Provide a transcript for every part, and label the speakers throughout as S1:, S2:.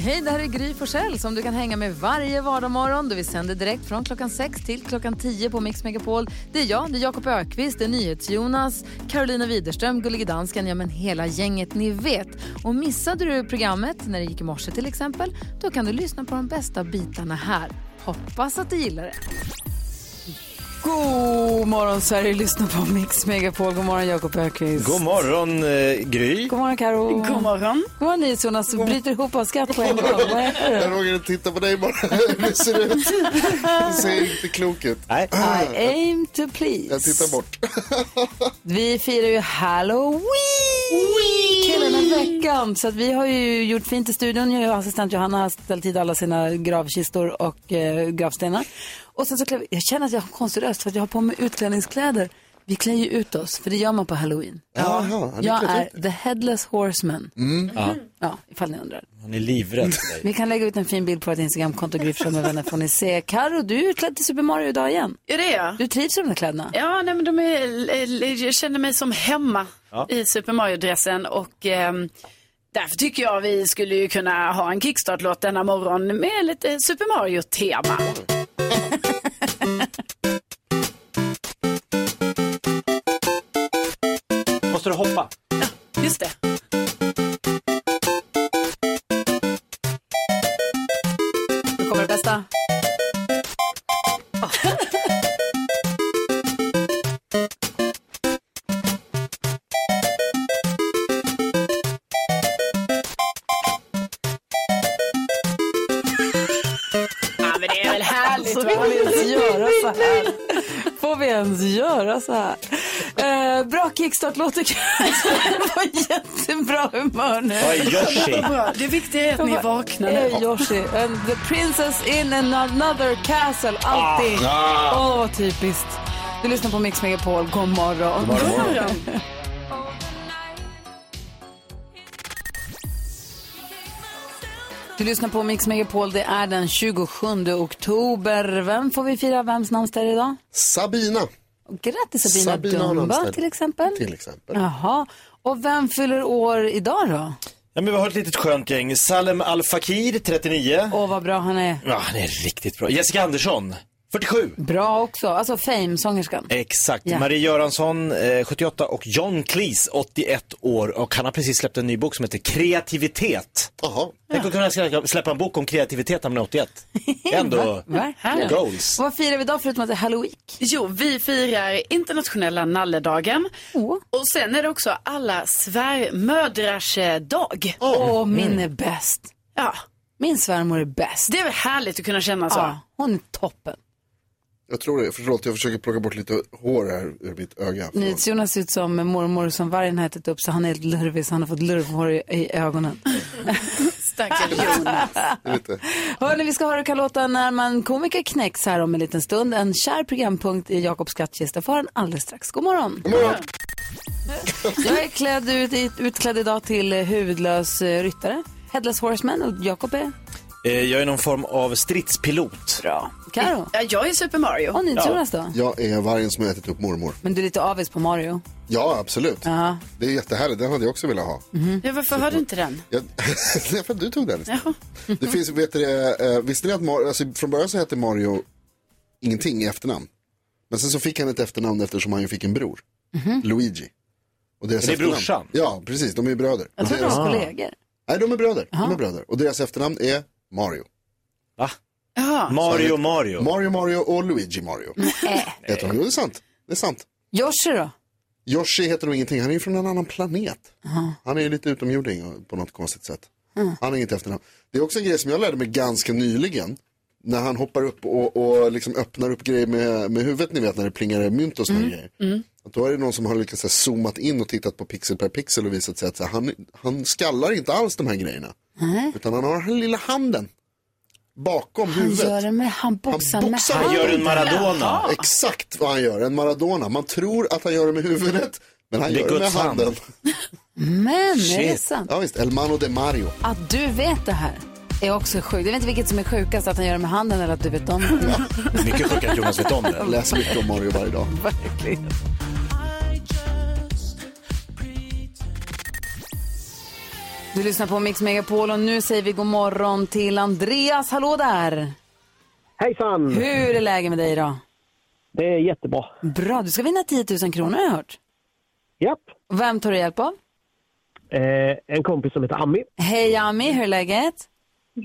S1: Hej, det här är Gry Forssell som du kan hänga med varje vardagsmorgon. Vi sänder direkt från klockan 6 till klockan 10 på Mix Megapol. Det är jag, det är Jakob Ökvist, det är NyhetsJonas, Carolina Widerström, Gullige Dansken, ja men hela gänget ni vet. Och missade du programmet när det gick i morse till exempel, då kan du lyssna på de bästa bitarna här. Hoppas att du gillar det. God morgon Sverige, lyssna på Mix Megapol. God morgon Jakob Ökvist.
S2: God morgon eh, Gry.
S1: God morgon Karo.
S3: God morgon.
S1: God morgon NyhetsJonas, bryter ihop av skratt på en gång. Vad är det?
S4: Jag råkade titta på dig bara, hur det ser ut. Det ser inte klok ut.
S2: Nej.
S1: I aim to please.
S4: Jag tittar bort.
S1: Vi firar ju halloween! Killen en veckan. Så att vi har ju gjort fint i studion. Jag och assistent Johanna har ställt hit alla sina gravkistor och eh, gravstenar. Och sen så klär vi, jag känner att jag har konstig röst för att jag har på mig utklädningskläder. Vi klär ju ut oss, för det gör man på halloween.
S4: Jaha, har ni
S1: jag
S4: klätt
S1: är
S4: ut Mm.
S1: the headless horseman.
S2: Ja,
S1: Ja, ifall ni undrar.
S2: han är livrädd för dig.
S1: Vi kan lägga ut en fin bild på vårt Instagramkonto, Gry Forssell med vänner får ni se. Karo, du är utklädd till Super Mario idag igen.
S3: Är det jag?
S1: Du trivs i de där kläderna?
S3: Ja, nej, men de är, eh, eh, jag känner mig som hemma i Super Mario-dressen och ehm, därför tycker jag vi skulle ju kunna ha en kickstart-låt denna morgon med lite Super Mario-tema.
S2: Måste du hoppa?
S3: Just det.
S1: Nu kommer det bästa.
S3: Ja, men det är väl härligt
S1: Får
S3: va?
S1: vi ens göra så här? Får vi ens göra så här? Eh, bra kickstart-låt tycker jag. Det var jättebra humör nu.
S2: Vad är
S3: Det
S2: Yoshi?
S3: var bra. Det viktiga är att ni vaknar nu.
S1: Hey, Yoshi, and the princess in another castle, alltid. Åh, vad typiskt. Du lyssnar på Mix Megapol, god morgon. God Du lyssnar på Mix Megapol, det är den 27 oktober. Vem får vi fira vems namnsdag är det idag?
S4: Sabina,
S1: Och Grattis Sabina,
S4: Sabina har
S1: Dumba
S4: namnsdag.
S1: till exempel.
S4: till exempel.
S1: Jaha, och vem fyller år idag då?
S2: Ja, men vi har ett litet skönt gäng. Salem Al Fakir, 39.
S1: Åh, vad bra han är.
S2: Ja, han är riktigt bra. Jessica Andersson, 47.
S1: Bra också, alltså Fame-sångerskan.
S2: Exakt.
S1: Ja.
S2: Marie Göransson, eh, 78 och John Cleese, 81 år. Och han har precis släppt en ny bok som heter Kreativitet.
S4: Jaha,
S2: Tänk att kunna skrä- släppa en bok om kreativitet när man är 81. Det är ändå
S1: Verkligen.
S2: goals.
S1: Och vad firar vi idag förutom att det är halloween?
S3: Jo, vi firar internationella nalledagen.
S1: Åh,
S3: Och sen är det också alla svärmödrars eh, dag.
S1: Åh, min är bäst.
S3: Ja,
S1: Min svärmor är bäst.
S3: det är väl härligt att kunna känna så.
S1: Ja, hon är toppen.
S4: jag tror det. Förlåt, jag försöker plocka bort lite hår här ur mitt öga. Förlåt.
S1: Jonas ser ut som mormor som vargen har ätit upp så han är helt lurvig så han har fått lurvhår i, i ögonen.
S3: Stackars Jonas.
S4: Det är Lite.
S1: Hörni, vi ska höra vilka låtar när man komiker knäcks här om en liten stund. En kär programpunkt i Jakobs skattkista för en alldeles strax. God morgon!
S4: God morgon.
S1: Jag är klädd ut, i- utklädd idag till eh, huvudlös eh, ryttare, headless horseman och Jakob är
S2: Eh, jag är någon form av stridspilot.
S1: bra. Karo.
S3: Ja, jag är Super Mario.
S1: Och ni Jonas då?
S4: Jag är vargen som har ätit upp mormor.
S1: Men du är lite avis på Mario.
S4: Ja, absolut. Det är jättehärligt. Den hade jag också velat ha.
S3: Ja, varför har du inte den?
S4: Jag... Nej, för du tog den. Det finns, vet du, det, eh, visste ni att Mario, alltså, från början så hette Mario ingenting i efternamn. Men sen så fick han ett efternamn eftersom han ju fick en bror.
S1: Mhm.
S4: Luigi. Och deras
S2: Det är
S4: efternamn-
S2: brorsan.
S4: Ja, precis. De är ju bröder.
S1: Jag tror
S4: Och
S1: de
S4: deras-
S1: var kollegor.
S4: Nej, de är bröder. De är bröder. Och deras efternamn är Mario.
S2: Va?
S3: Ja.
S2: Mario, Mario.
S4: Mario Mario och Luigi Mario. Heter de? Jo, det är sant. Det är sant.
S1: Yoshi då?
S4: Yoshi heter nog ingenting. Han är ju från en annan planet. Han är ju lite utomjording och- på något konstigt sätt. Han har inget efternamn. Det är också en grej som jag lärde mig ganska nyligen. När han hoppar upp och, och liksom öppnar upp grejer med, med huvudet, ni vet när det plingar mynt och
S1: Mm.
S4: sådana grejer. Att då är det någon som har lyckats så här, zoomat in och tittat på pixel per pixel och visat sig att så här, han, han skallar inte alls de här grejerna. Utan han har den här lilla handen bakom
S1: Han
S4: huvudet.
S1: gör det med, han boxar med
S4: boxar.
S2: Han gör en Maradona.
S4: Exakt vad han gör, en Maradona. Man tror att han gör det med huvudet, men han
S2: Det är
S4: gör det med
S2: Guds hand.
S4: handen.
S1: Men, är det
S2: Shit.
S1: sant?
S4: Ja visst, El Mano de Mario.
S1: Att du vet det här är också sjukt. Jag vet inte vilket som är sjukast, att han gör det med handen eller att du vet om det.
S2: Mycket sjukt att Jonas vet om det.
S4: Jag läser mycket om Mario varje dag.
S1: Verkligen. Du lyssnar på Mix Megapol och nu säger vi god morgon till Andreas. Hallå där!
S5: Hejsan!
S1: Hur är läget med dig idag?
S5: Det är jättebra.
S1: Bra, du ska vinna 10 000 kronor har jag hört.
S5: Japp.
S1: Vem tar du hjälp av?
S5: Eh, en kompis som heter Ami.
S1: Hej Ami, hur är läget?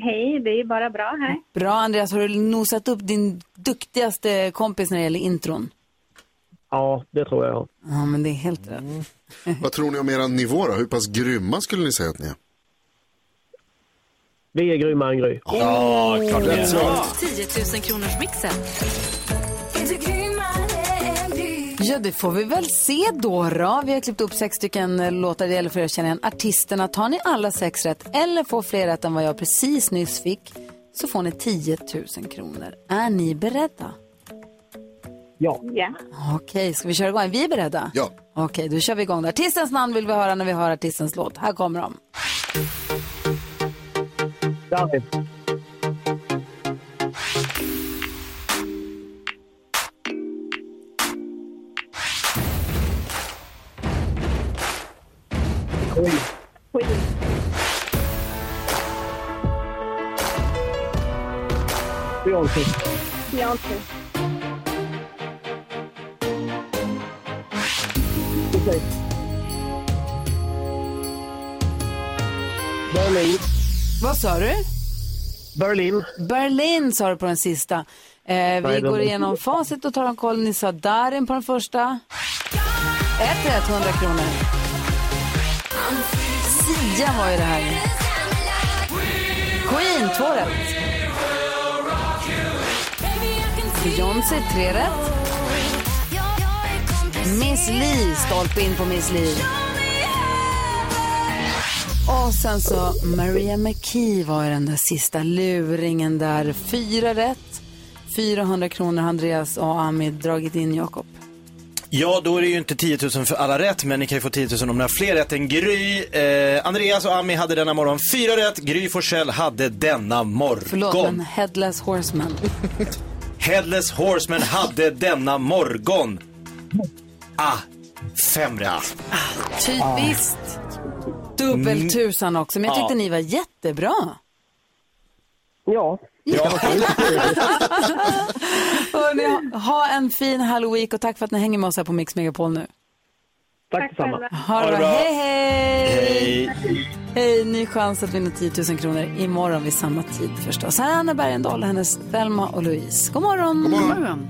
S6: Hej, det är bara bra här.
S1: Bra Andreas, har du nosat upp din duktigaste kompis när det gäller intron?
S5: Ja, det tror jag.
S1: Ja, men det är helt rätt.
S4: Vad tror ni om era nivå då? Hur pass grymma skulle ni säga att ni är?
S5: Vi är grymma än Gry.
S2: Ja, klart det är.
S7: 10 000 kronors mixen.
S1: Ja, det får vi väl se då. då. Vi har klippt upp sex stycken eh, låtar. Det gäller för er att känna igen artisterna. Tar ni alla sex rätt eller får fler rätt än vad jag precis nyss fick så får ni 10 000 kronor. Är ni beredda?
S5: Ja.
S6: Ja.
S1: Okej, ska vi köra igång? Är vi beredda?
S4: Ja.
S1: Okej, då kör vi igång. Då. Artistens namn vill vi höra när vi hör artistens låt. Här kommer de.
S5: Darin.
S6: Queen.
S5: Beyoncé.
S6: Beyoncé.
S5: Berlin.
S1: Vad sa du?
S5: Berlin.
S1: Berlin sa du på den sista. Eh, vi
S5: Nej, de-
S1: går igenom facit och tar en koll. Ni sa Darin på den första. Ett rätt, 100 kronor. Sia var ju det här. Queen, två rätt. Beyoncé, tre rätt. Miss Li, stolpe in på Miss Li. Och sen så Maria McKee var ju den där sista luringen där. Fyra rätt. 400 kronor har Andreas och Ami dragit in Jakob.
S2: Ja, då är det ju inte 10 000 för alla rätt, men ni kan ju få 10 000 om ni har fler rätt än Gry. Eh, Andreas och Ami hade denna morgon fyra rätt, Gry Forssell hade denna morgon.
S1: Förlåt, men Headless Horseman.
S2: Headless Horseman hade denna morgon. Ah, fem rätt.
S1: Typiskt. Dubbeltusan också, men jag tyckte
S2: Ja.
S1: ni var jättebra.
S5: Ja.
S2: Ja,
S1: Hörrni, ha- ha en fin halloween och tack för att ni hänger med oss här på Mix Megapol nu.
S5: Tack,
S6: Tack
S5: detsamma.
S6: själva.
S1: Ha det bra. Hej, hej!
S2: hej.
S1: Hej, ny chans att vinna 10 000 kronor imorgon vid samma tid förstås. Här är Anna Bergendahl och hennes Thelma och Louise. God morgon! God morgon.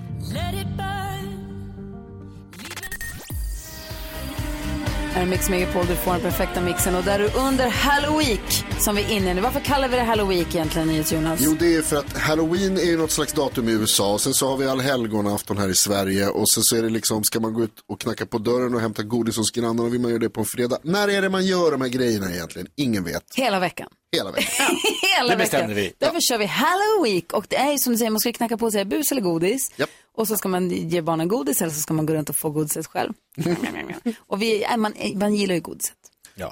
S1: Här är Mix Megapol, du får den perfekta mixen och där är du under Halloween som vi är inne i nu. Varför kallar vi det Halloween egentligen, Nyhets Jonas?
S4: Jo, det är för att halloween är ju något slags datum i USA och sen så har vi allhelgonaafton här i Sverige och sen så är det liksom, ska man gå ut och knacka på dörren och hämta godis hos grannarna, vill man göra det på en fredag. När är det man gör de här grejerna egentligen? Ingen vet.
S1: Hela veckan.
S4: Hela veckan.
S1: Hela
S2: Det
S1: veckan.
S2: bestämde vi.
S1: Därför kör vi Halloween och det är ju som du säger, man ska ju knacka på sig bus eller godis.
S4: Japp.
S1: Och så ska man ge barnen godis eller så ska man gå runt och få godiset själv. och vi, äh, man, man gillar ju godiset.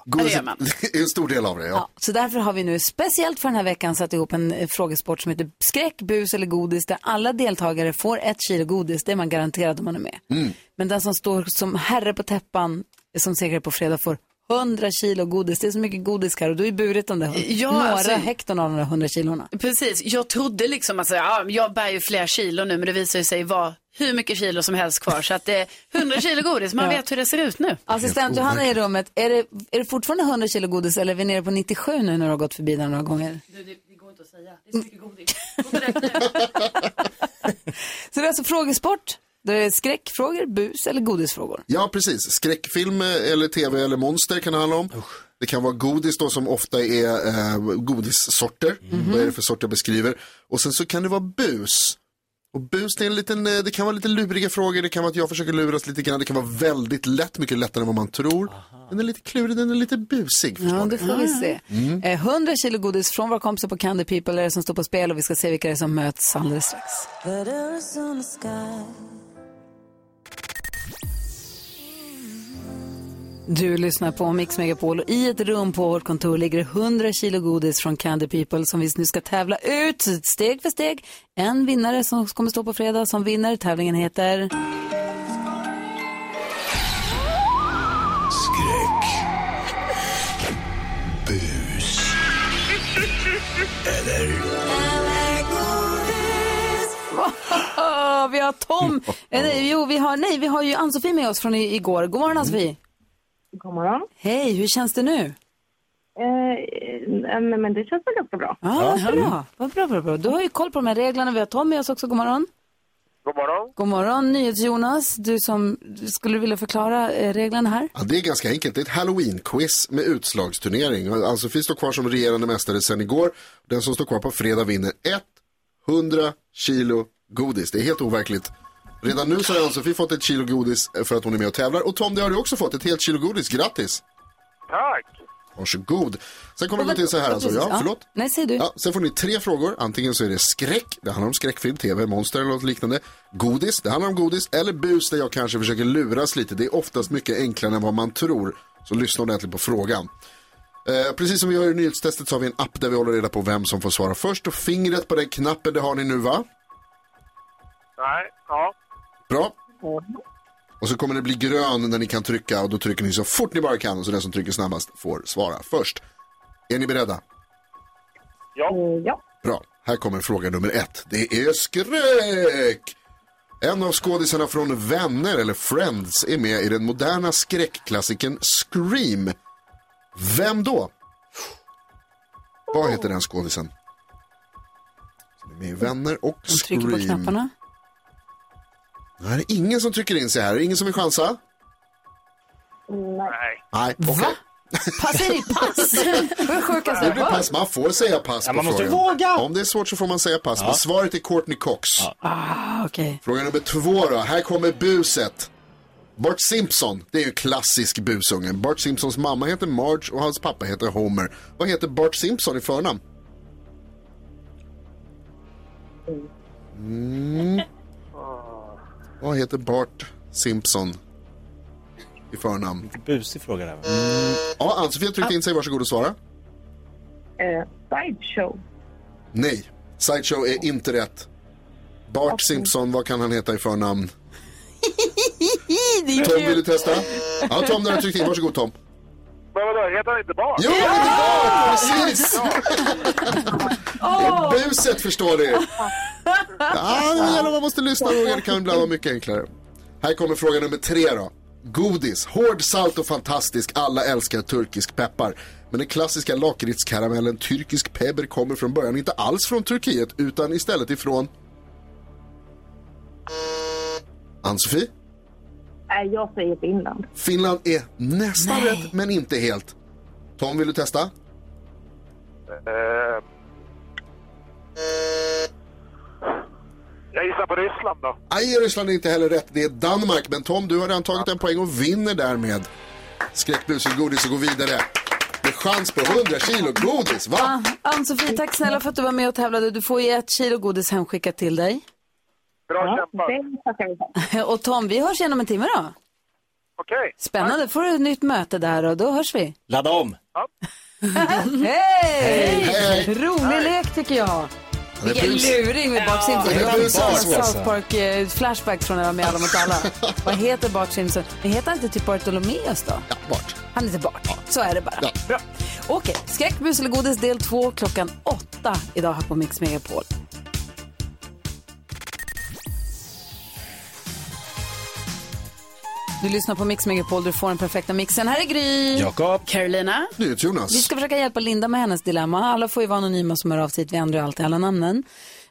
S4: Godis
S3: gör man.
S4: det är en stor del av det, ja.
S1: Ja, så därför har vi nu speciellt för den här veckan satt ihop en eh, frågesport som heter skräck, bus eller godis där alla deltagare får ett kilo godis. Det är man garanterad om man är med. Men den som står som herre på täppan eh, som segrare på fredag får 100 kilo godis. Det är så mycket godis Karo, du har ju burit de där
S3: Ja,
S1: några
S3: alltså-
S1: hekton av de där 100 kilorna.
S3: Precis, jag trodde liksom att så, ja, jag bär ju flera kilo nu men det visar ju sig vara hur mycket kilo som helst kvar. Så att det är 100 kilo godis, man vet hur det ser ut nu.
S1: Assistent Johanna är i rummet, är det, är det fortfarande 100 kilo godis eller är vi nere på 97 nu när du har gått förbi där några gånger? Så det är alltså frågesport, där det är skräckfrågor, bus eller godisfrågor.
S4: Ja, precis. Skräckfilm eh, eller tv eller monster kan det handla om. Det kan vara godis då som ofta är eh, godissorter. Vad är det för sort jag beskriver? Och sen så kan det vara bus. Och bus det, är en liten, eh, det kan vara lite luriga frågor, det kan vara att jag försöker luras lite grann. Det kan vara väldigt lätt, mycket lättare än vad man tror. Den är lite klurig, den är lite busig. förstår
S1: Ja,
S4: ni.
S1: det får vi se. Eh, 100 kilo godis från våra kompisar på Candy People är det som står på spel och vi ska se vilka det är som möts alldeles strax. Du lyssnar på Mix Megapol och i ett rum på vårt kontor ligger 100 kilo godis från Candy People som vi nu ska tävla ut steg för steg. En vinnare som kommer stå på fredag som vinner. Tävlingen heter...
S8: Skräck. Bus.
S1: Åh, Ah, vi har Tom. Eh, nej, jo, vi har, nej, vi har ju Ann-Sofie med oss från i- igår. God morgon Ann-Sofie.
S6: God morgon.
S1: Hej, hur känns det nu?
S6: Eh, eh, nej, men det känns väl ganska bra.
S1: Ja, Ah, vad bra. Vad bra, bra, bra. Du har ju koll på de här reglerna. Vi har Tom med oss också. God morgon.
S8: God morgon.
S1: God morgon, NyhetsJonas. Du som skulle vilja förklara eh, reglerna här.
S4: Ja, det är ganska enkelt. Det är ett halloween-quiz med utslagsturnering. Ann-Sofie står kvar som regerande mästare sedan igår. Den som står kvar på fredag vinner 100 kilo godis. Det är helt overkligt. Redan nu så har Ann-Sofie fått ett kilo godis för att hon är med och tävlar. Och Tom, det har du också fått. Ett helt kilo godis. Grattis!
S8: Tack.
S4: Varsågod. Sen kommer det gå till så här alltså.
S1: Precis,
S4: Ja, förlåt.
S1: Nej, säg du.
S4: Ja, sen får ni tre frågor. Antingen så är det skräck, det handlar om skräckfilm, tv, monster eller något liknande. Godis, det handlar om godis. Eller bus, där jag kanske försöker luras lite. Det är oftast mycket enklare än vad man tror. Så lyssna ordentligt på frågan. Eh, precis som vi gör i nyhetstestet så har vi en app där vi håller reda på vem som får svara först. Och fingret på den knappen, det har ni nu va?
S8: Nej, ja.
S4: Bra. Och så kommer det bli grön när ni kan trycka och då trycker ni så fort ni bara kan. Och så den som trycker snabbast får svara först. Är ni beredda?
S8: Ja.
S6: Eh, ja.
S4: Bra, här kommer fråga nummer ett. Det är skräck! En av skådisarna från Vänner eller Friends är med i den moderna skräckklassikern Scream. Vem då? Vad heter den skådisen? Som är med i Vänner och
S1: De trycker på
S4: Scream.
S1: knapparna.
S4: Det här är ingen som trycker in sig här. Ingen som vill chansa?
S8: Nej.
S4: Nej, okej.
S1: Pass, säg pass! Vad sjukaste
S4: Det
S1: jag
S4: blir
S1: hört.
S4: pass. Man får säga pass
S2: Ja,
S4: på
S2: man måste
S4: frågan.
S2: våga.
S4: Om det är svårt så får man säga pass. Men svaret är Courtney Cox.
S1: Ah, okej.
S4: Fråga nummer två då. Här kommer buset. Bart Simpson, det är ju en klassisk busunge. Bart Simpsons mamma heter Marge och hans pappa heter Homer. Vad heter Bart Simpson i förnamn? Mm. Vad heter Bart Simpson i förnamn?
S2: Busig fråga där. va?
S4: Ja, Ann-Sofie har
S1: Ah.
S4: tryckt in sig. Varsågod och svara.
S6: Eh, sideshow.
S4: Nej, Sideshow är inte rätt. Bart Simpson, vad kan han heta i förnamn?
S1: Det är
S4: Tom, vill
S1: kul.
S4: du testa? Ja, Tom, där har du tryckt in. Varsågod, Tom.
S8: Men vadå, heter han inte Bart?
S4: Jo, det är klart! Precis! Det är buset, förstår ni. Ja, det gäller man måste lyssna noga. Det kan ibland vara mycket enklare. Här kommer fråga nummer tre då. Godis, hård, salt och fantastisk. Alla älskar turkisk peppar. Men den klassiska lakritskaramellen turkisk pebber kommer från början inte alls från Turkiet utan istället ifrån... Ann-Sofie?
S6: Eh, jag säger Finland.
S4: Finland är nästan rätt, men inte helt. Tom, vill du testa?
S8: Eh. Jag gissar på Ryssland då.
S4: Nej, Ryssland är inte heller rätt. Det är Danmark. Men Tom, du har redan tagit en poäng och vinner därmed. Skräckbus och godis och gå vidare. Med chans på 100 kilo godis, va?
S1: Ah, Ann-Sofie, tack snälla för att du var med och tävlade. Du får ju ett kilo godis hemskickat till dig. Eh,
S8: Bra kämpat.
S6: Det tackar vi för.
S1: Och Tom, vi hörs igen om en timme då.
S8: Okej.
S1: Spännande, får du ett nytt möte där och då hörs vi.
S2: Ladda om.
S8: Mm.
S1: Hej!
S4: Hej!
S1: Rolig lek tycker jag.
S4: Det är
S1: Vilken
S4: bus.
S1: luring med Bart Simpson.
S4: Det är
S1: Jag
S4: busigt,
S1: har
S4: alltså.
S1: South Park eh, flashbacks från när jag var med Alla mot alla. Vad heter Bart Simpson? Men heter han inte typ Bartolomeus då?
S4: Ja, Bart.
S1: Han heter Bart. Så är det bara.
S4: Ja.
S1: Bra. Okej, skräck, bus eller godis del två klockan åtta idag här på Mix Megapol. Du lyssnar på Mix Megapol, du får den perfekta mixen. Här är Gry!
S2: Jakob.
S3: Carolina.
S1: Vi
S4: NyhetsJonas.
S1: ska försöka hjälpa Linda med hennes dilemma. Alla får ju vara anonyma som hör av sig hit. Vi ändrar ju alltid alla namnen.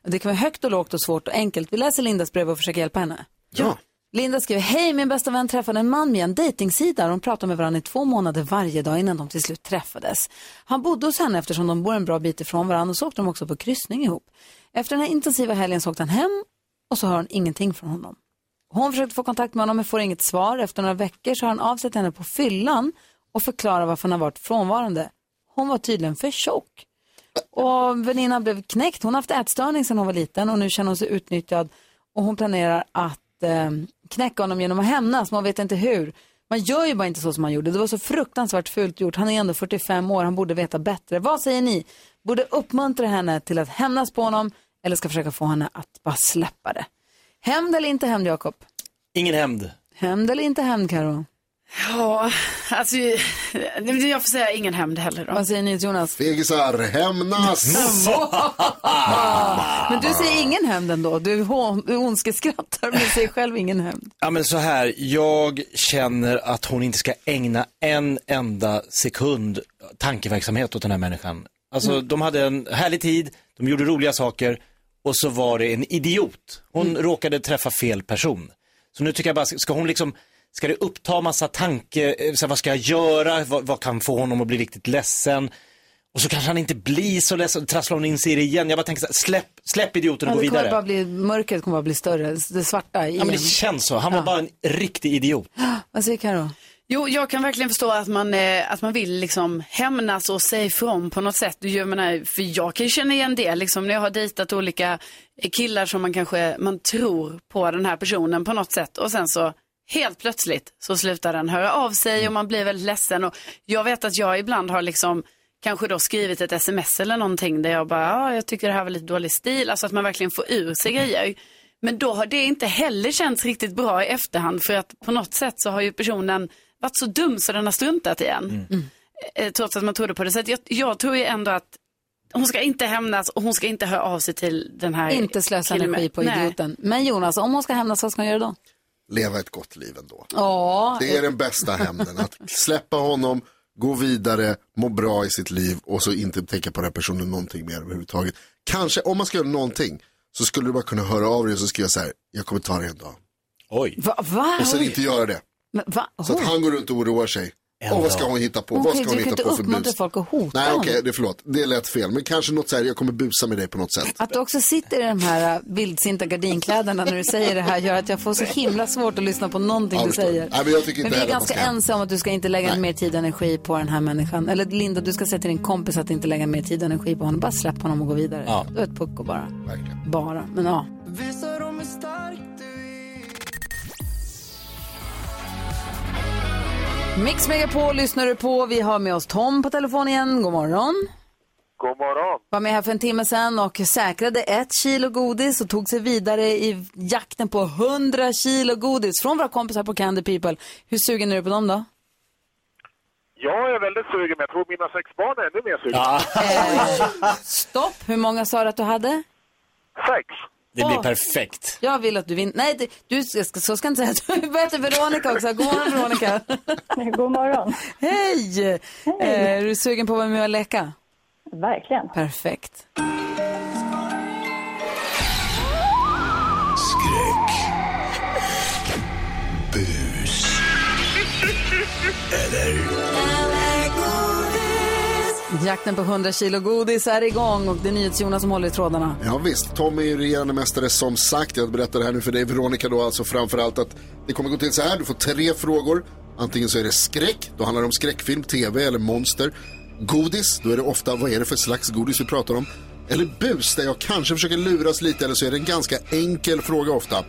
S1: Det kan vara högt och lågt och svårt och enkelt. Vi läser Lindas brev och försöker hjälpa henne.
S4: Ja.
S1: Linda skriver, hej min bästa vän träffade en man via en dejtingsida där de pratade med varandra i två månader varje dag innan de till slut träffades. Han bodde hos henne eftersom de bor en bra bit ifrån varandra och så åkte de också på kryssning ihop. Efter den här intensiva helgen så åkte han hem och så hör hon ingenting från honom. Hon försökte få kontakt med honom men får inget svar. Efter några veckor så har han av sig till henne på fyllan och förklarar varför han har varit frånvarande. Hon var tydligen för tjock. Och väninnan blev knäckt. Hon har haft ätstörning sedan hon var liten och nu känner hon sig utnyttjad. Och hon planerar att eh, knäcka honom genom att hämnas, men hon vet inte hur. Man gör ju bara inte så som han gjorde. Det var så fruktansvärt fult gjort. Han är ändå 45 år, han borde veta bättre. Vad säger ni? Borde uppmuntra henne till att hämnas på honom eller ska försöka få henne att bara släppa det? Hämnd eller inte hämnd, Jakob?
S2: Ingen hämnd.
S1: Hämnd eller inte hämnd, Karo?
S3: Ja, alltså jag får säga ingen hämnd heller då.
S1: Vad säger ni Jonas?
S4: Fegisar,
S1: Mm.
S4: hämnas!
S1: Men du säger ingen hämnd ändå. Du, hon- du ondskeskrattar men säger själv ingen hämnd.
S2: Ja, men så här, jag känner att hon inte ska ägna en enda sekund tankeverksamhet åt den här människan. Alltså,
S1: Mm.
S2: de hade en härlig tid, de gjorde roliga saker och så var det en idiot. Hon
S1: Mm.
S2: råkade träffa fel person. Så nu tycker jag bara, ska hon liksom, ska det uppta massa tanke, eh, så här, vad ska jag göra, vad, vad kan få honom att bli riktigt ledsen? Och så kanske han inte blir så ledsen, trasslar hon in sig i det igen. Jag bara tänker så här, släpp, släpp idioten och
S1: Ja,
S2: gå
S1: Alltså, det kommer
S2: vidare.
S1: bara bli, mörkret kommer bara bli större, det svarta
S2: Ja,
S1: igen.
S2: men det känns så, han var bara en riktig idiot.
S1: Vad säger Karo?
S3: Jo, jag kan verkligen förstå att man, eh, att man vill liksom hämnas och säga ifrån på något sätt. Jag menar, för jag kan ju känna igen det, liksom, när jag har dejtat olika eh, killar som man kanske man tror på den här personen på något sätt och sen så helt plötsligt så slutar den höra av sig och man blir väldigt ledsen. Och jag vet att jag ibland har liksom kanske då skrivit ett sms eller någonting där jag bara, ah, jag tycker det här var lite dålig stil, alltså att man verkligen får ur sig grejer. Men då har det inte heller känts riktigt bra i efterhand för att på något sätt så har ju personen varit så dum så den har struntat igen.
S1: Mm.
S3: Eh, Trots att man trodde på det. Så att jag, jag tror ju ändå att hon ska inte hämnas och hon ska inte höra av sig till den här
S1: Inte slösa
S3: killen.
S1: energi på
S3: Nej.
S1: idioten. Men Jonas, om hon ska hämnas, vad ska hon göra då?
S4: Leva ett gott liv ändå.
S1: Ja,
S4: Det är den bästa hämnden, att släppa honom, gå vidare, må bra i sitt liv och så inte tänka på den här personen någonting mer överhuvudtaget. Kanske, om man ska göra någonting, så skulle du bara kunna höra av dig och så skriva så här, jag kommer ta det en dag.
S2: Oj.
S1: va? va?
S4: Och sen
S1: Oj.
S4: inte göra det.
S1: Men va?
S4: Så att
S1: Oj.
S4: han går runt och oroar sig. Och vad ska hon hitta på?
S1: Hon
S4: vad
S1: kan ju
S4: ska hon
S1: typ
S4: hitta
S1: inte
S4: på för
S1: uppmuntra
S4: bus?
S1: folk att hota
S4: Nej,
S1: honom.
S4: okej, det är förlåt. Det lät fel. Men kanske något så här, jag kommer busa med dig på något sätt.
S1: Att du också sitter i de här äh, vildsinta gardinkläderna när du säger det här gör att jag får så himla svårt att lyssna på någonting
S4: Ja,
S1: du
S4: jag förstår.
S1: säger.
S4: Nej, men jag tycker
S1: Men
S4: inte
S1: vi är
S4: heller att man
S1: ganska
S4: ska
S1: ensamma om att du ska inte lägga
S4: Nej.
S1: mer tid och energi på den här människan. Eller Linda, du ska säga till din kompis att inte lägga mer tid och energi på honom. Bara släpp honom och gå vidare.
S2: Ja.
S1: Du är ett pucko bara.
S4: Verkligen.
S1: Bara, men ja. Mix Megapol lyssnar du på. Vi har med oss Tom på telefon igen. God morgon.
S8: God morgon.
S1: Var med här för en timme sedan och säkrade ett kilo godis och tog sig vidare i jakten på 100 kilo godis från våra kompisar på Candy People. Hur sugen är du på dem då?
S8: Jag är väldigt sugen, men jag tror mina sex barn är ännu mer sugna.
S1: Stopp! Hur många sa du att du hade?
S8: Sex.
S2: Det blir
S1: Åh.
S2: perfekt.
S1: Jag vill att du vinner. Nej, det, du, jag ska, så ska jag inte säga. Du börjar till Veronica också. God morgon Veronica.
S6: God morgon.
S1: Hej! Eh, är du sugen på att vara med och leka?
S6: Verkligen.
S1: Perfekt.
S9: Skräck. Bus.
S1: Jakten på 100 kilo godis är igång och det är NyhetsJonas som håller i trådarna.
S4: Ja visst, Tom är ju regerande mästare som sagt. Jag berättar det här nu för dig Veronica då alltså framförallt att det kommer gå till så här. Du får tre frågor. Antingen så är det skräck, då handlar det om skräckfilm, tv eller monster. Godis, då är det ofta vad är det för slags godis vi pratar om. Eller bus, där jag kanske försöker luras lite eller så är det en ganska enkel fråga ofta.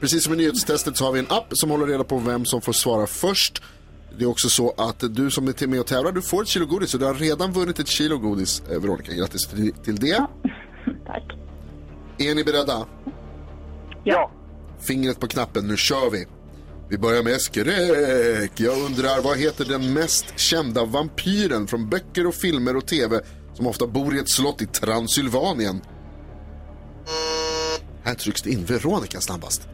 S4: Precis som i nyhetstestet så har vi en app som håller reda på vem som får svara först. Det är också så att du som är med och tävlar, du får ett kilo godis och du har redan vunnit ett kilo godis, eh, Veronica. Grattis till- till det.
S6: Tack.
S4: Är ni beredda?
S8: Ja.
S4: Fingret på knappen, nu kör vi. Vi börjar med skräck. Jag undrar, vad heter den mest kända vampyren från böcker och filmer och tv som ofta bor i ett slott i Transylvanien? Här trycks det in Veronica snabbast.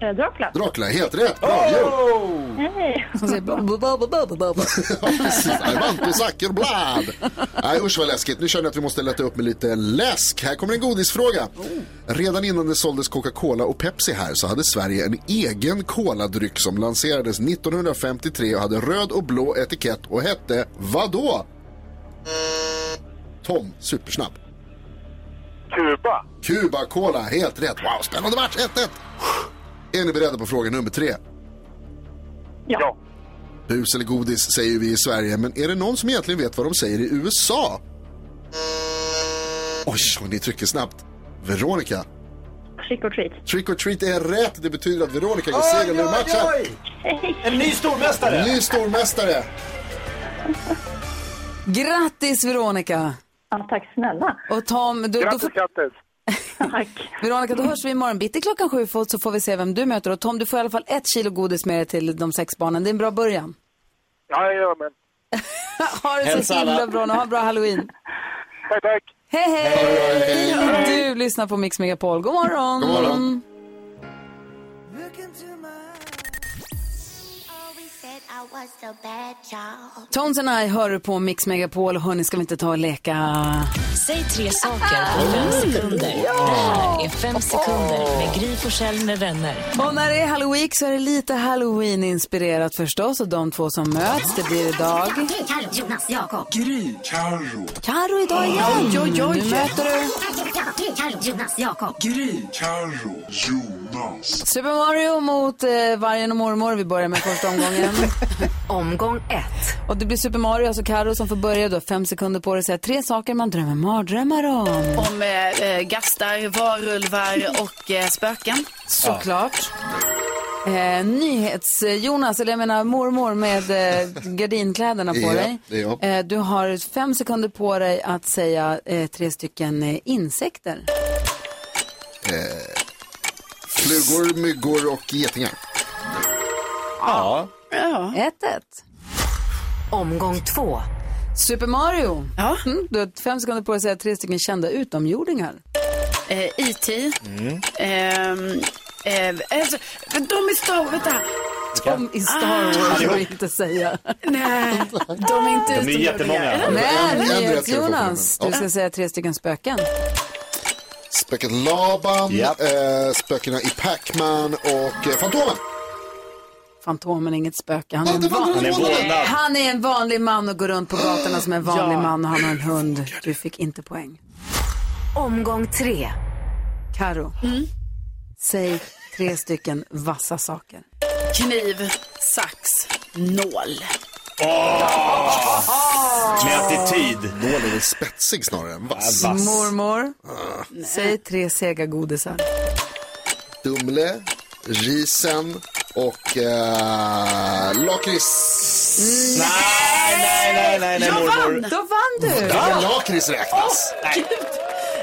S6: Eh, Dracula.
S4: Dracula, helt rätt. Bra gjort!
S6: Hej.
S1: Hon säger bu- bu- bu- bu- bu- bu- bu- bu.
S4: Ja, precis. Ivanto Zuckerblad. Nej, usch vad läskigt. Nu känner jag att vi måste lätta upp med lite läsk. Här kommer en godisfråga. Redan innan det såldes Coca-Cola och Pepsi här så hade Sverige en egen koladryck som lanserades 1953 och hade röd och blå etikett och hette vadå? Tom, supersnabb.
S8: Kuba.
S4: Cuba Cola, helt rätt. Wow, spännande match. 1-1. Är ni beredda på fråga nummer tre?
S8: Ja. ja.
S4: Bus eller godis säger ju vi i Sverige, men är det någon som egentligen vet vad de säger i USA? Oj, och ni trycker snabbt. Veronica.
S6: Trick or treat.
S4: Trick or treat är rätt. Det betyder att Veronica går segrande ur matchen.
S2: En ny stormästare!
S4: Ny stormästare.
S1: Grattis Veronica!
S6: Ja, tack snälla.
S1: Och Tom, du, du
S8: Grattis,
S1: får,
S8: grattis.
S1: Veronica, då hörs vi imorgon bitti klockan sju får- så får vi se vem du möter. Och Tom, du får i alla fall ett kilo godis med dig till de sex barnen. Det är en bra början.
S8: Ja, ja, men.
S1: Ha det så
S8: Hälsa alla.
S1: himla bra nu. Ha en bra halloween.
S8: Hej, tack.
S1: Hej, hej!
S8: Hej.
S1: Du lyssnar på Mix Megapol. God morgon!
S8: God morgon.
S1: Tones and I hör du på Mix Megapol. Hörni, ska vi inte ta och leka?
S6: Säg tre saker på fem sekunder. Det här är fem sekunder med Gry Forssell med vänner.
S1: Och när det är Halloween så är det lite Halloween-inspirerat förstås. Och de två som möts, det blir idag...
S6: Carro, Jonas, Jakob.
S1: Gry. Karo. Karo idag igen.
S6: Oj, oj, oj.
S1: Nu möter du
S6: Gry, Carro, Jonas, Jakob. Gry, Carro, Jonas.
S1: Super Mario mot eh, vargen och mormor. Vi börjar med första omgången. Omgång ett. Och det blir Super Mario, alltså Karo som får börja. Du har fem sekunder på dig att säga tre saker man drömmer mardrömmar om.
S3: Om eh, eh, gastar, varulvar och eh, spöken.
S1: Såklart. Eh, Nyhets-Jonas, eller jag menar mormor med eh, gardinkläderna på
S4: Ja,
S1: dig.
S4: det är jag.
S1: Eh, du har fem sekunder på dig att säga eh, tre stycken eh, insekter.
S4: Eh, flugor, myggor och getingar.
S2: Ja.
S1: Ja. 1-1. Omgång två. Super Mario. Ja. Mm, du har fem sekunder på dig att säga tre stycken kända utomjordingar.
S3: Eh, IT. Ehm, eh, alltså, de i Star Wars, vänta.
S1: De i
S4: Ah.
S1: Star Wars får jag inte säga.
S3: Nej, de är inte
S1: De är
S3: utomjordingar.
S1: Nej,
S4: En- en rätt ska du få på
S1: Jonas.
S4: den.
S1: Du ska säga tre stycken spöken.
S4: Spöket Laban, eh, spökena i Pac-Man och eh, Fantomen.
S1: Fantomen är inget spöke. Han
S4: Ja,
S1: är, en
S4: det var-
S1: van-
S4: Han är vålnad.
S1: han är en vanlig man och går runt på gatorna som en vanlig
S10: Ja.
S1: man och han har en hund. Du fick inte poäng. Omgång tre. Mm. Karo. Säg tre stycken vassa saker.
S3: Kniv, sax, nål.
S4: Med attityd. Nål är väl spetsig snarare än vass.
S1: Mormor. Säg tre sega godisar.
S4: Dumle, risen och eh, lakrits.
S2: Nej, nej, nej, nej, nej
S4: Jag
S2: mormor.
S4: vann!
S1: Då vann du!
S4: Ja, lakrits räknas.
S3: Åh, Gud.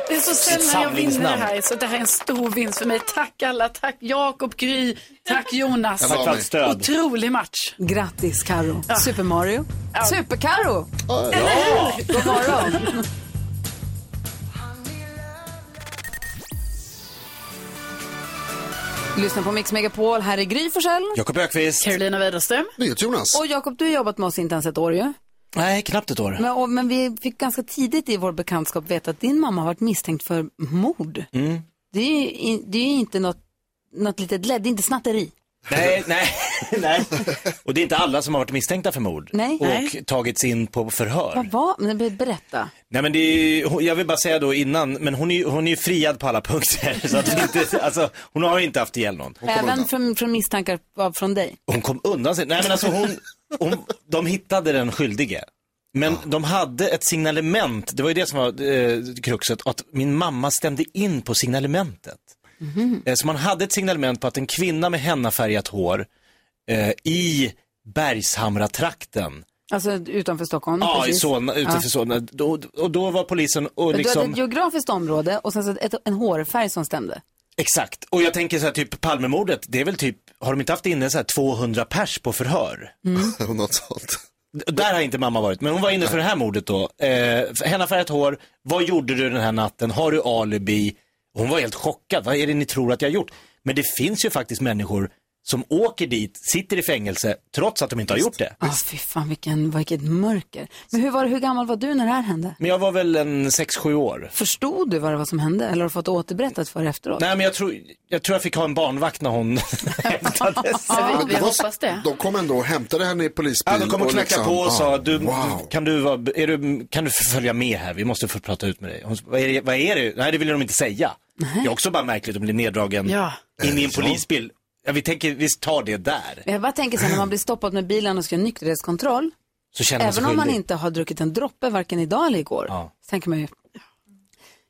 S3: Det är så
S4: Sitt
S3: sällan jag vinner det
S4: samlingsnamn.
S3: här, så det här är en stor vinst för mig. Tack alla, tack Jakob, Gry, tack Jonas.
S1: Jag var Tack för allt med. stöd.
S3: Otrolig match.
S1: Grattis Karo. Super Mario. Super Karo.
S4: Ja.
S1: God morgon. Lyssna på Mix Megapol. Här är Gry Forssell.
S2: Jakob Ökvist.
S3: Carolina Widerström.
S4: Jonas.
S1: Och Jakob, du har jobbat med oss inte ens ett år ju.
S2: Nej, knappt ett år.
S1: Men, och, men vi fick ganska tidigt i vår bekantskap veta att din mamma har varit misstänkt för mord.
S2: Mm.
S1: Det är ju in, det är ju inte något, något litet led, det är inte snatteri.
S2: Nej, nej, nej. Och det är inte alla som har varit misstänkta för mord.
S1: Nej.
S2: Och
S1: Nej.
S2: tagits in på förhör.
S1: Vad var, men berätta.
S2: Nej men det är ju, hon- jag vill bara säga då innan, men hon är ju, hon är ju friad på alla punkter. Så att vi inte, alltså, hon har ju inte haft ihjäl någon.
S1: Även från, från misstankar av- från dig.
S2: Hon kom undan sig. Nej men alltså hon, hon de hittade den skyldige. Men de hade ett signalement, det var ju det som var eh, kruxet, att min mamma stämde in på signalementet. Eh, Så man hade ett signalement på att en kvinna med hennafärgat hår eh, i Bergshamratrakten,
S1: Alltså utanför Stockholm.
S2: ja, i
S1: precis.
S2: Solna, utanför
S1: Ja.
S2: Solna, då, och då var polisen och
S1: Men Du hade
S2: liksom...
S1: ett geografiskt område och sen så ett, en hårfärg som stämde.
S2: Exakt, och jag tänker så här typ Palmemordet, det är väl typ, har de inte haft inne så här 200 pers på förhör?
S4: Mm. Något sånt.
S2: D- Där har inte mamma varit, men hon var inne för det här mordet då. Eh, Hennafärgat hår, vad gjorde du den här natten, har du alibi? Hon var helt chockad, vad är det ni tror att jag har gjort? Men det finns ju faktiskt människor som åker dit, sitter i fängelse, trots att de inte har gjort det.
S1: Ja, Alltså, fy fan vilken, vilket mörker. Men hur, var, hur gammal var du när det här hände?
S2: Men jag var väl en 6-7 år.
S1: Förstod du vad det var som hände eller har du fått återberättat för dig efteråt?
S2: Nej men jag tror, jag tror jag fick ha en barnvakt när hon
S4: Men det var- De kom ändå och hämtade henne i polisbil.
S2: Ja, de kom och knackade
S4: liksom-
S2: på och sa,
S4: ja,
S2: du,
S4: Wow.
S2: kan, du vara, är du, kan du följa med här? Vi måste få prata ut med dig. Hon, sa, vad, är det, vad är det? Nej, det ville de inte säga. Det är också bara märkligt att bli neddragen
S3: Ja.
S2: in i en polisbil. Ja, vi tänker, vi tar det där.
S1: Jag bara tänker sen när man blir stoppad med bilen och ska göra nykterhetskontroll.
S2: Så känner man sig
S1: Även om man
S2: skyldig.
S1: inte har druckit en droppe varken idag eller igår. Så tänker man ju,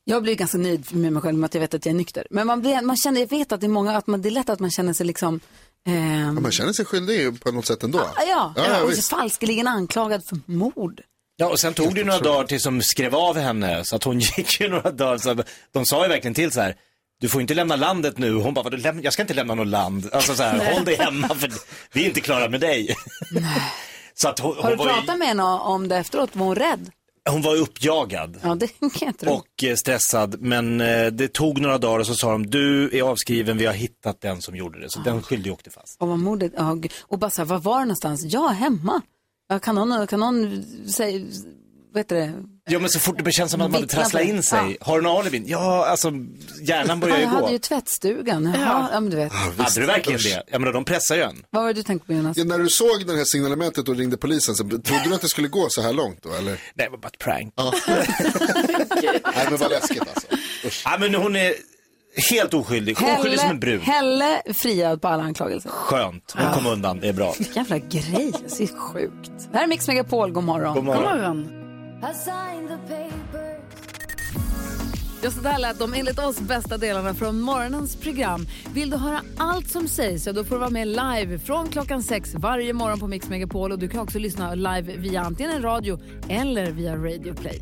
S1: jag blir ganska nöjd med mig själv med att jag vet att jag är nykter. Men man, blir, man känner, jag vet att det är många, att man, det är lätt att man känner sig liksom, ehm,
S4: Ja, man känner sig skyldig på något sätt ändå.
S1: ja, ja,
S4: ja,
S1: och
S4: visst.
S1: så falskeligen anklagad för mord.
S2: Ja, och sen tog det ju några dagar tills de skrev av henne, så att hon gick ju några dagar. Så de sa ju verkligen till så här, du får inte lämna landet nu. Hon bara, "Vadå, läm- jag ska inte lämna något land. Alltså så här,
S1: Nej.
S2: håll dig hemma för vi är inte klara med dig. så att hon,
S1: Har
S2: hon,
S1: du
S2: var, ju-
S1: pratat med henne om det efteråt? Var hon rädd?
S2: hon var uppjagad
S1: Ja, det kan jag tro.
S2: och eh, stressad, men eh, det tog några dagar och så sa de, du är avskriven, vi har hittat den som gjorde det. Så
S1: Ah.
S2: den skyldige åkte fast.
S1: Och vad modigt. ja, gud. och bara så här, var var du någonstans? Ja, hemma. Ja, kan någon, kan någon säga, vad heter det?
S2: Ja men så fort det känns som att man hade
S1: Vittna på
S2: trasslat
S1: det.
S2: in sig. Har du en alibin? Ja, alltså hjärnan
S1: Ja,
S2: börjar ju
S1: jag hade
S2: gå.
S1: ju tvättstugan. Jaha, ja. men du vet.
S2: Hade du verkligen det? Jag menar de pressar ju en.
S1: Vad var det du tänkte på Jonas?
S4: Ja, när du såg det här signalementet och ringde polisen, så trodde du att det skulle gå så här långt då eller? Nej,
S2: det var bara ett prank.
S4: Ja. Nej, men vad läskigt alltså.
S2: Ja men hon är helt oskyldig. Oskyldig som en brud.
S1: Helle friad på alla anklagelser.
S2: Skönt, hon kom undan, det är bra.
S1: Vilken jävla grej, det är sjukt. Det här är Mix Megapol, god morgon.
S2: God morgon. God
S3: Ja, så där lät de enligt oss bästa delarna från morgonens program. Vill du höra allt som sägs, ja, då får du vara med live från klockan sex varje morgon på Mix Megapol. Och du kan också lyssna live via antingen radio eller via Radio Play.